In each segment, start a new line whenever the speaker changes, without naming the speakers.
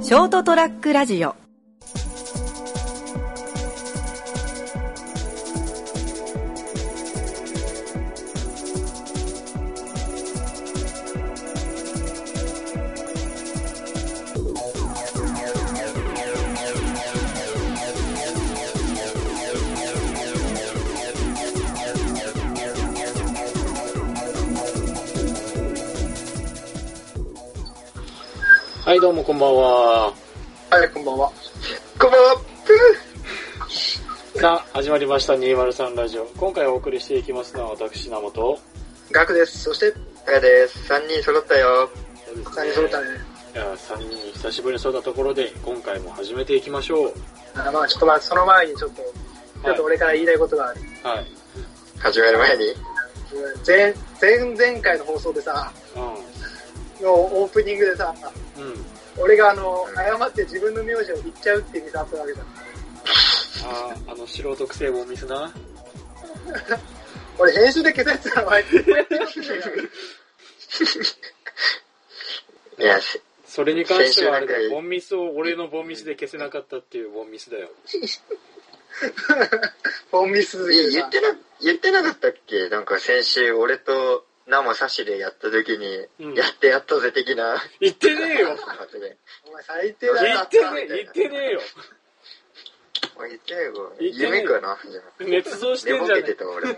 ショートトラックラジオ
はい、どうもこんばんは。
はい、こんばんは。こんばんは。
さあ、始まりました203ラジオ。今回お送りしていきますのは私、名本。
ガクです。そして、タカです。三人揃ったよ。三人揃ったね。
いや、3人久しぶりにそうだところで、今回も始めていきましょう。
あまあちょっとまあその前にちょっと、ちょっと俺から言いたいことがある。
はい。
始める前に。
前、前前回の放送でさ、のオープニングでさ、
うん。うん。
俺があの、誤って自分の名字を言っちゃうっていうミスあったわけじゃん。
あーあの、素人くせえボンミスな。
俺編集で消せってたの前って。
いや、せ
それに関してはあれだ
先週
よ、
なんか
ボンミスを俺のボンミスで消せなかったっていうボンミスだよ。
ボンミスすぎ
い
て
言
さ
ってな、言ってなかったっけなんか先週、俺と、ナモサシでやった時に、
うん
やってやったぜ的な。
言ってねえよ
発言
お前最低
言
だ
え
な
っ。てねえ、言ってねえよ
おい言ってないよ。
言ってない
夢かなじゃあ
捏造して
寝
ん
ぼ
じゃ
け
ね
てた俺 も。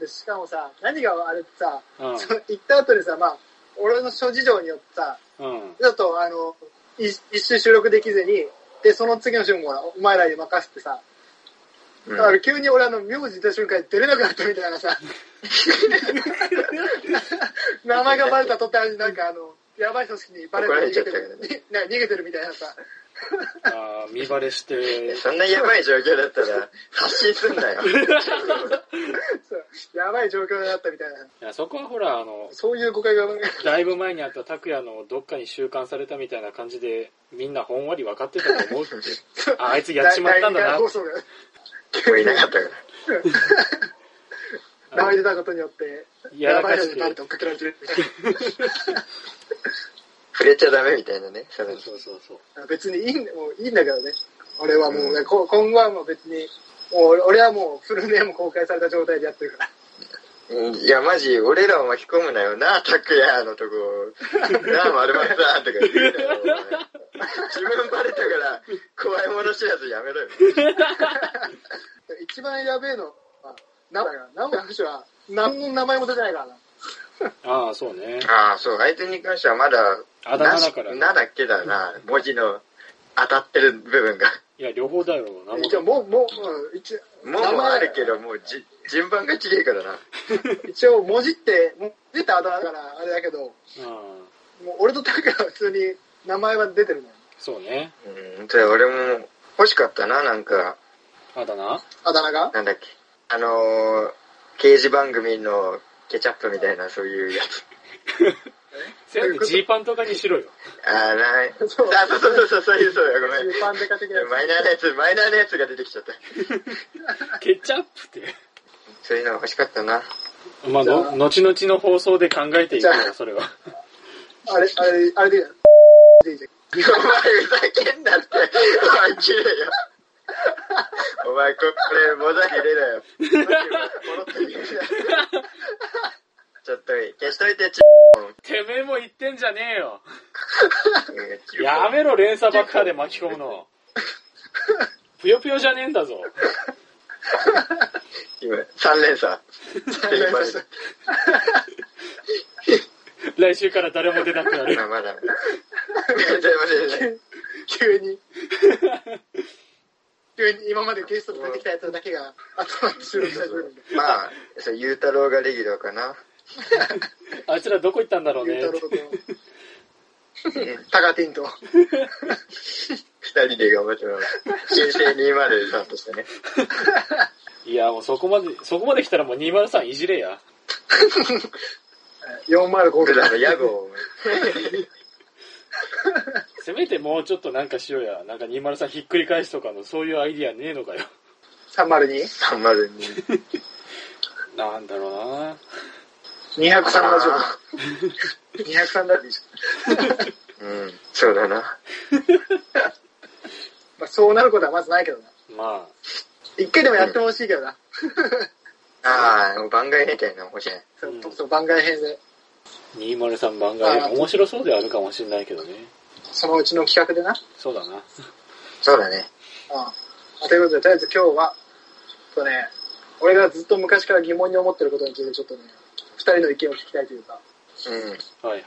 でしかもさ、何があれってさ、
え。うん
その言った後でさ、まあ、俺の諸事情によってさ、。
うん。
ちょっとあの、い一周収録できずに、で、その次の週もお前らに任せてさ、
うん
だから急に俺あの、名字言った瞬間に出れなくなったみたいなさ、名前がバレた途端になんかあの、やばい組織にバレ
怒られ
て
ちゃ
逃
った
げてるみたいな、なんか逃げてるみたいなさ、
あー見バレして、
そんなやばい状況だったら、発信すん なよ。
そうやばい状況になったみたいな、
いやそこはほら、あの、
そういう誤解が生まれる
だいぶ前にあった拓也のどっかに収監されたみたいな感じでみんなほんわり分かってたと思うってああいつやっちまったんだな
第二回放 送が
聞こえなかったから。
名前出たことによって、
やらか
やばいの
し
にバレ
て
て追っかけられてるみたい
触れちゃダメみたいなね、その
そうそうそう
な。別にいいん、もういいんだけどね。俺はもうね、こ今後はもう別に、もう俺俺はもうフルネーム公開された状態でやってるから。
うんいや、マジ、俺らを巻き込むなよな、拓也のとこ。なあ、丸松さんとか言うなよ。お前自分バレたから、怖いもの知らずやめろよ。
一番やべえのは、名古屋だから名古屋の話は何の名前も出てないからな。
ああそうね
ああ、そう、あいつに関してはまだ、
あだ名だから
なしなだっけだな、文字の当たってる部分が。
いや両方だよな
一応もう、もう、うん一
もうもあるけど、もうじ順番がちげえからな。
一応文字って、もう出たあだ名だからあれだけど、も
うん
う俺とタカは普通に名前は出てるのよ。
そうね
うん、それ俺も欲しかったな、なんか、
あだ名
あだ名が
なんだっけ。あのー、刑事番組のケチャップみたいな、そういうやつ。
せやってジーパンとかにしろよ
あーない。あ、
そう
そうそうそうそう、そういう、そうや、ごめん
一。般的なや
マイナーなやつ、マイナーなやつが出てきちゃった。
ケチャップって
そういうの欲しかったな。
まあの後々の放送で考えていく
じゃ
よ
あ
それは
つ。あれ、あれ、あれでいいじゃん。でいいじゃん
お前ふざけんなって。お前切れよ。お前これ、モザイク入れろよ。ちょっと消しといて、ち
てめえも言ってんじゃねえよ
うん
やめろ連鎖爆破で巻き込むのぷよぷよじゃねえんだぞ
今、3連鎖。
連鎖した
来週から誰も出なくなる
まあまだ。全然出てない
急に。急に今までゲストで出てきたやつだけが集まって収録されてるんで。
まあ、そう、ゆうたろうがレギュラーかな。
あいつらどこ行ったんだろう
ゆ
ね
うたろうと、タカティンと。
二人で頑張ってもらう。新生203としてね。
いやもうそこまでそこまで来たらもう203いじれや
405
俺
ぐ
ら
ら
の
い。
屋号を。
せめてもうちょっとなんかしようやなんか203ひっくり返すとかのそういうアイディアねえのかよ
302?203
302。
なんだろうな
ラジオ。203ラジオ。
ううん、そうだな。
まあ、そうなることはまずないけどな。
まあ、
一回でもやってほしいけどな。
ああ、もう番外みたいなの欲しい。
そう
うん
そう番外編で、
203番が
あー
面白そうではあるかもしれないけどね。
そのうちの企画でな。うん
そうだな。
そうだね。
まあということで、とりあえず今日は、ちょっとね、俺がずっと昔から疑問に思ってることについて、ちょっとね、二人の意見を聞きたいというか、
はいはい。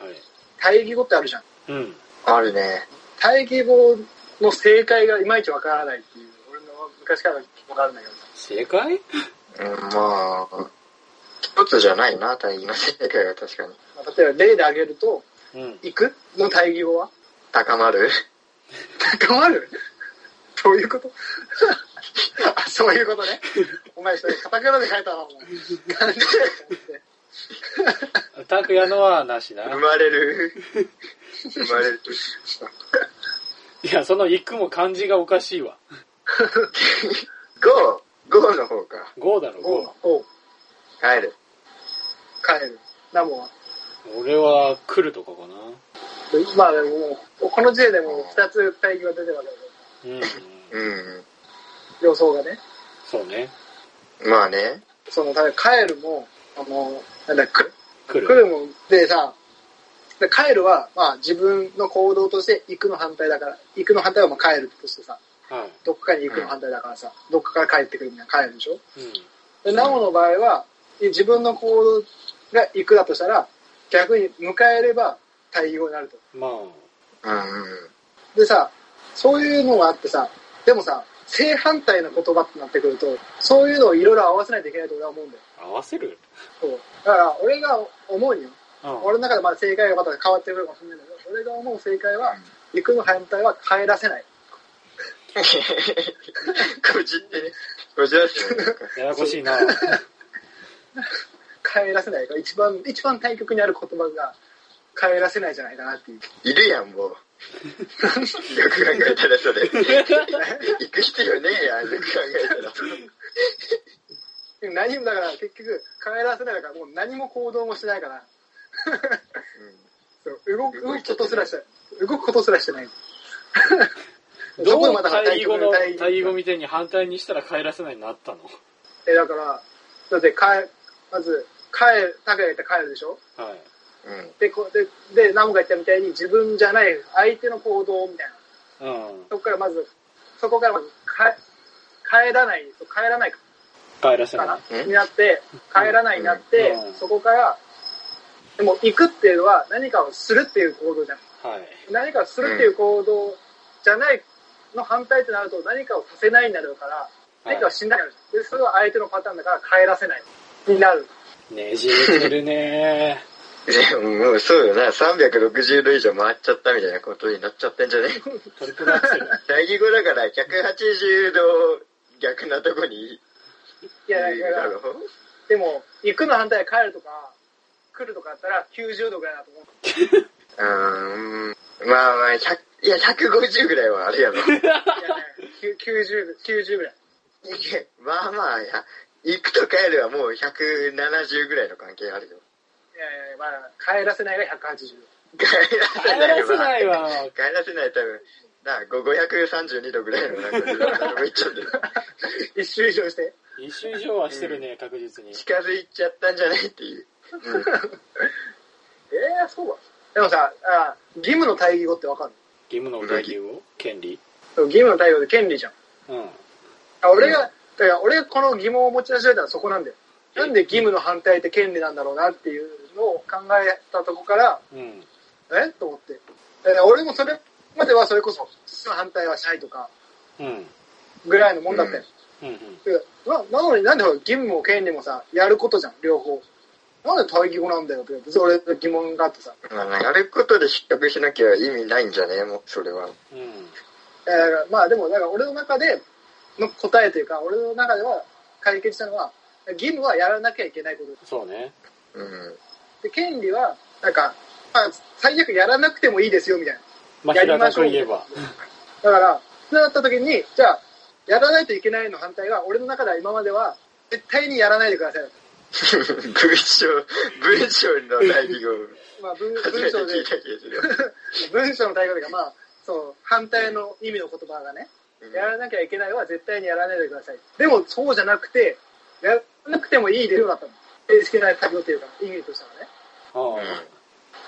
対義語ってあるじゃん。
うん。
うん。あるね。
対義語の正解がいまいちわからないっていう、俺の昔からの疑問があるんだけど
正解
うん、まあ、一つじゃないな、大義の世界は確かに。
な、まあ、例えば例で挙げると、
うん。
行くの対義語は
高まる
高まる どういうことあ そういうことね。お前それカタカナで書いたわ、 お前。漢字で
拓也のはなしな。
生まれる生まれる。
いや、その行くも漢字がおかしいわ。
ゴーゴーの方か。
5だろ、
おうおう
帰る。
帰る。ナモは。
5。俺は来るとかかな。
でまあでももう、この時点でもう2つ対義語が出てるわけだけ
うん。
うん。
ど、予想がね。
そうね。
まあね。
その、例えば帰るも、あの、なんだっけ、
来る。
来るもんでさ、で帰るは、まあ自分の行動として行くの反対だから、行くの反対はまあ帰るとしてさ、
は
どっかに行くの反対だからさ、どっかから帰ってくるみたいな帰るでしょ
い。うん。
で、なおの場合は、自分の行動が行くだとしたら、逆に迎えれば対義語になると。
まあ、
うん
でさ、そういうのがあってさ、でもさ、正反対の言葉ってなってくると、そういうのをいろいろ合わせないといけないと俺は思うんだよ。
合わせる
そう。だから、俺が思うによ。
うん。
俺の中でまだ正解がまた変わってくるかもしれないけど、俺が思う正解は、行くの反対は帰らせない。
こじってね。こじらせてる
ややこしいな。
帰らせないが一番、一番対極にある言葉が、帰らせないじゃないかなっていう。
いるやん、もう。よく考えたらそれ。行く必要ねえやん、よく考えたら。
でも何も、だから結局、帰らせないだからもう何も行動もしないから、そう動く動くことすらして、動くことすらして ない。そ
ど
こで
う
また
対
対
義
極
語の
の対、
対義語みたいに反対にしたら帰らせないになったの。
え、だから、だって、帰、まず、帰る、高谷が言ったら帰るでしょ
はい。
うん。
で、こうで、で、ナムが言ったみたいに自分じゃない相手の行動みたいな。
うん。
そこからまず、そこからまず、か帰らない、帰らないか
帰らせない
な。、
うん
になって、帰らないになって、
うん
そこから、でも行くっていうのは何かをするっていう行動じゃん。
はい。
何かをするっていう行動じゃないの反対となると何かをさせないになるから、
はい
何かをしないになる。で、それは相手のパターンだから帰らせないになる。
ねじれてるね
でももうそうよな、360度以上回っちゃったみたいなことになっちゃってんじゃね
トリプルアクセル。
大義語だから180度逆なとこに
い
い
や、
る
だか
だ
ら、
ろ
でも、行くの反対は帰るとか、来るとかだったら90度ぐらいだと思う。
うーん。まあまあ、100いや、150ぐらいはあるやろ。い
いやね、90、90ぐらい。
やまあまあ、いや、行くと帰るはもう170ぐらいの関係あるよ。
いやいや、まあ、帰らせないが180。
帰ら
帰
せない
ら
わ
せないわ。
帰らせない多分、なあ、532度ぐらいのなんか、ずっと行っちゃ ってる。
一周以上して。
一周以上はしてるね、確実に。
近づいちゃったんじゃないっていう。うん
ええー、そうか。でもさ、あ義務の対義語ってわかる
義務の外義を権利
義務の対義語って権利じゃん。
うん。
あ俺が、だから俺がこの疑問を持ち出しれたのはそこなんだよ。なんで義務の反対って権利なんだろうなっていうのを考えたとこから、
うん。
えと思って。だから俺もそれまではそれこそ、父の反対はしないとか、
うん。
ぐらいのもんだったよ。
うん。うん。
ななのになんでほら義務も権利もさ、やることじゃん、両方。なんで対義語なんだよって、別に俺の疑問があってさ。
まあ、やることで失格しなきゃ意味ないんじゃねえもうそれは。
うん。
えーまあでも、だから俺の中での答えというか、俺の中では解決したのは、義務はやらなきゃいけないこと。
そうね。
うん。
で、権利は、なんか、まあ、最悪やらなくてもいいですよ、みたいな。
まあ、
やり
平
ま
た
しょう
く言えば。
だから、そうなった時に、じゃあ、やらないといけないの反対が、俺の中では今までは、絶対にやらないでくださいだった。
文章、文章の代義語、
まあ、文
初
文
めて
章で
聞いた気がする。
文章の対応がまあそう反対の意味の言葉がね、
うん
やらなきゃいけないは絶対にやらないでくださいでもそうじゃなくてやらなくてもいいですよだったの正式な作業っていうか意味としてはね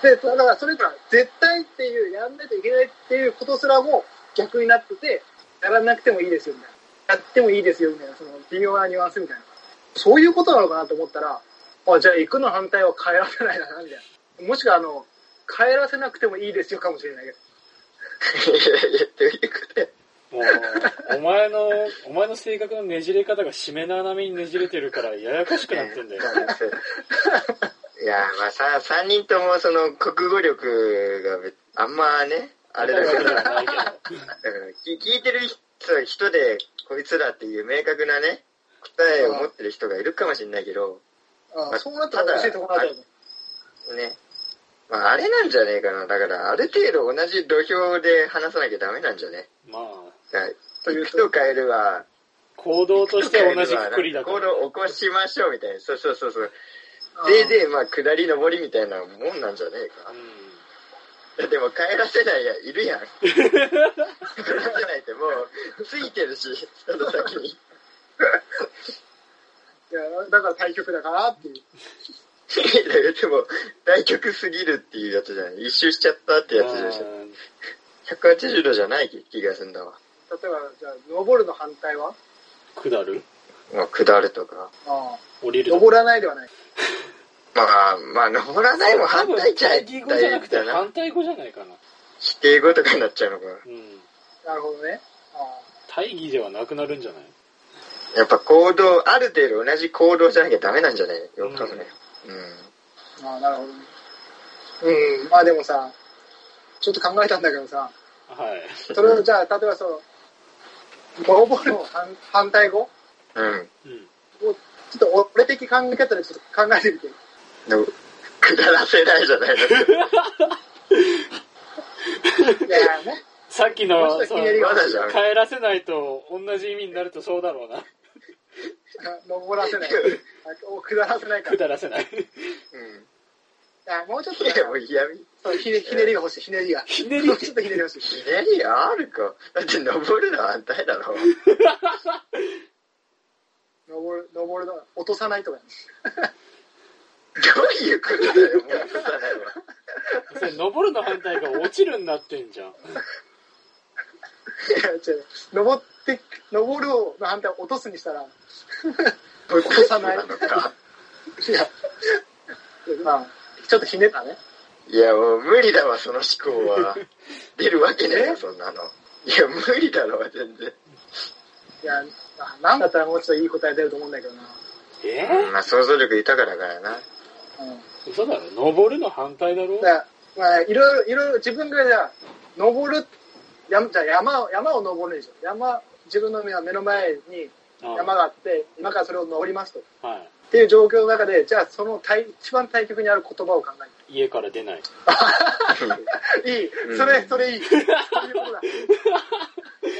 あ
でだからそれから絶対っていうやらないといけないっていうことすらも逆になっててやらなくてもいいですよみたいなやってもいいですよみたいなその微妙なニュアンスみたいなそういうことなのかなと思ったらあじゃあ行くの反対は帰らせないだなみたいなもしくはあの帰らせなくてもいいですよかもしれないけど
いやいや、どういうことや。
あ。もう、お前の、お前の性格のねじれ方が締めの穴目にねじれてるから、ややこしくなってんだよ。
いや、まあさ、3人ともその国語力がべあんまね、あれだか
わけで
ら、だ
は
か
ないけど。
ら聞聞いてる人人で、こいつらっていう明確なね、答えを持ってる人がいるかもしれないけど、
あそうなったら教えてもらいたいね。
ね。まあ、あれなんじゃねえかな。だから、ある程度同じ土俵で話さなきゃダメなんじゃね
まあ、
はい。
という
行く
と
と変えるは、
行動としては同じくくりだか
行
ら。
動を起こしましょうみたいな。そうそうそうそう。でで、まあ、下り上りみたいなもんなんじゃねえか。でも帰らせないやいるやん帰らせないってもうついてるしその先に
いやだから対局だからっていう。
でも大曲すぎるっていうやつじゃない一周しちゃったって
うん
やつでしょ180度じゃない気がするんだわ
例えば、じゃあ、登るの反対は
下る
まあ下るとか
ああ
降りる
登らないではない。
まあまあ登らないも反対じゃない
多分対義語じゃなくて
だな
反対語じゃないかな。
否定語とかになっちゃうのか
うん。
なるほどね。あ
大義ではなくなるんじゃない
やっぱ行動ある程度同じ行動じゃなきゃダメなんじゃないよく考えよう
あああ、なるほどね。うん、まあでもさ、ちょっと考えたんだけどさ、
はい。
それをじゃあ、例えばその、登るの反反対語
うんうん
うん。
ちょっと俺的考え方でちょっと考えてみて。
でも下らせないじゃないの
いやね。
さっきの、
もしか
その
したらひねり
がまだじゃん
帰らせないと同じ意味になるとそうだろうな。
登らせない。あ下らせない から。い
下らせない。
う
やもうちょっと
んい
だ
や
よ
もう嫌味
そうひねひねりが欲しい、ひねりが。
ひねり
もうちょっとひねりが欲しい。
ひねりあるかだって登るのは反対だろ。
登る、登るの、落とさないとかね。
どういうことだよ、もう落とさないわ。
それ登るの反対が落ちるになってんじゃん。
いや違う登って、登るをの反対を落とすにしたら、い
落
とさない
のか。
や、まあ、ちょっとひねったね。
いや、もう無理だわ、その思考は。出るわけねえよ、
え
そんなの。いや、無理だろ、全然。
いや、あなんだったらもうちょっといい答え出ると思うんだけどな。
え
まあ、想像力豊かだからな。
う
嘘だろ登るの反対だろ
ん。だから、まあ、いろいろ、いろいろ自分がじゃあ、登る、やじゃあ山を、山を登るでしょ。山、自分の目は目の前に山
あ
があって、今からそれを登りますと。
あはい。
っていう状況の中で、じゃあその対一番対極にある言葉を考える。
家から出ない。
いい
うん、
それ、それいい。そういうことだ。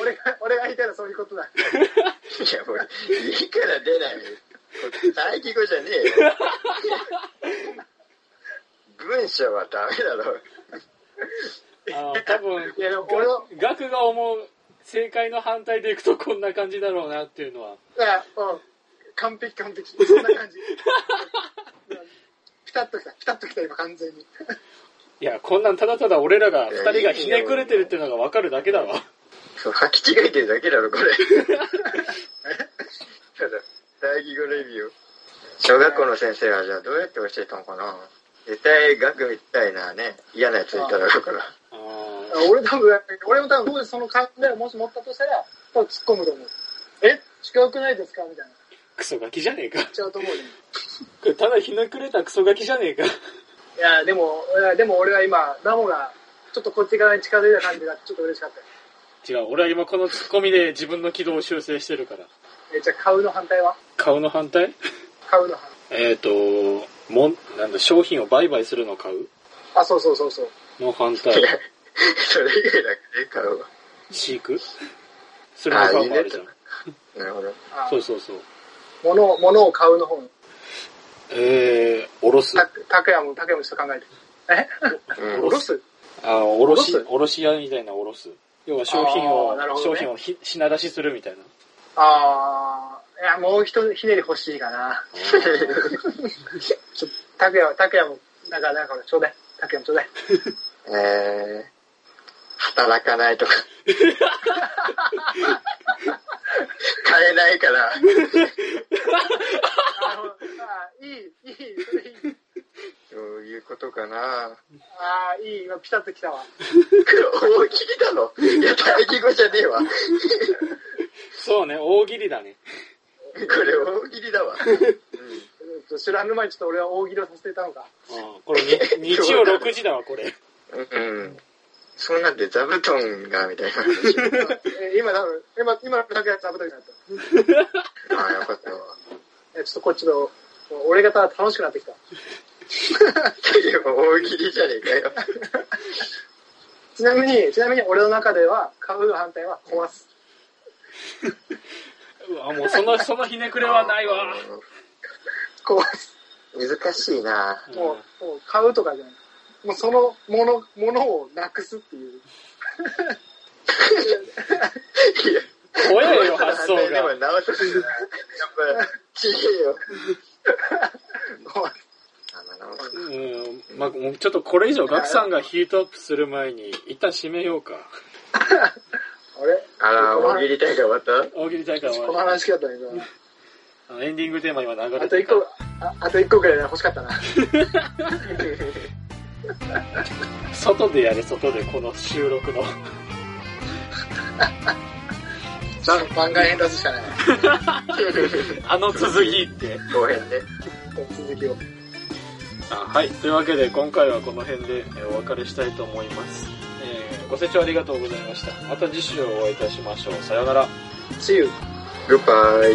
俺が、俺が言いたいのはそういうことだ。
いや、もう、家から出ない。これ大義語じゃねえよ。 文章はダメだろ。
あ の多分
いやでも俺は
が学が思う正解の反対でいくとこんな感じだろうなっていうのは。
だから、うん、完璧完璧。そんな 感じ。ピタッときた、ピタッときた今完全に。
いや、こんなんただただ俺らが、二人がひねくれてるっていうのがわかるだけだわ。
そう履き違えてるだけだろ、これ。ただ、大義語レビュー。小学校の先生はじゃあどうやって教えたのかな絶対学みたいなね、嫌なやついただろうから。
あ
俺多分、俺も多分、当時その考えをもし持ったとしたら、多分突っ込むと思う。え違うくないですかみたいな。
ークソガキじゃねえか。
違うと思うよ。
これただひねくれたクソガキじゃねえか。
いや、でも、いやでも俺は今、ラモが、ちょっとこっち側に近づいた感じが、ちょっと嬉しかったよ。
違う、俺は今このツッコミで自分の軌道を修正してるから。
え、じゃあ、買うの反対は
顔の反対
買うの反対。
えっ、と、もん、なんだ、商品を売買するのを買う
あ、そうそうそうそう。
の反
いや
対。、
それ以外だけで買うわ。
飼育するの買うもあるじゃん。
なるほど。
あ
そうそうそう。
物を、物を買うの方の。
えー、おろす。
た、たくやも、たくやもちょっと考えて。え
うん
おろす
あの、おろし
おろ、す
おろし屋みたいなおろす。要は商品
あ
を、
ーなるほど
商
ね
品をひ品出しするみたいな。
あー、いや、もうひとひねり欲しいかな。ちょっと、たくや、たくやも、なんか、なんか、ちょうだい。たくやもちょうだい。
えー、働かないとか。買えないから。
あの、あーいい、いい、それいい。
そういうことかな。
あー、いい、今ピタッときたわ。
大喜利だろ。いや、大義語じゃねえわ。こ
そうね、大喜利だね。
れ大喜利だわ。
うん知らぬ間にちょっと俺は大喜利をさせていたのか。
あーこれに、日曜6時だわ、これ。
うん。うん。そんなんで座布団が、みたいな話。
えー今多分、今、今のだけは座布団になった。
ああ、よかったわ。
えーちょっとこっちの、俺方は楽しくなってきた。
でも大喜利じゃねえかよ。
ちなみに、ちなみに俺の中では、買うの反対は壊す。
うわ、もうその、そのひねくれはないわ。
壊す。
難しいな。
うん
もう、もう買うとかじゃない。もうそのもの、ものをなくすっていう。
いや
怖えよ、発想
でも
が。
直せるなやっぱ、ちげえ よ。あまあ直す
うん、まあ、もうちょっとこれ以上、ガクさんがヒートアップする前に、一旦締めようか。
あれ
あら、 大喜利大会終わった
大喜利大会
この
は、
話聞かったんだけ
あのエンディングテーマ今流
ど、あ
れ
と
て
一
る
個
か、
ああと一個くらい欲し かったな。
ら、外でやれ、外で、この収録の。
じゃあ番外編出すしかない。
あの続きって。
後編ね。
続きを。
あはい、というわけで今回はこの辺でえーお別れしたいと思います、えーご清聴ありがとうございましたまた次週お会いいたしましょうさようなら
See you.
グッバイ。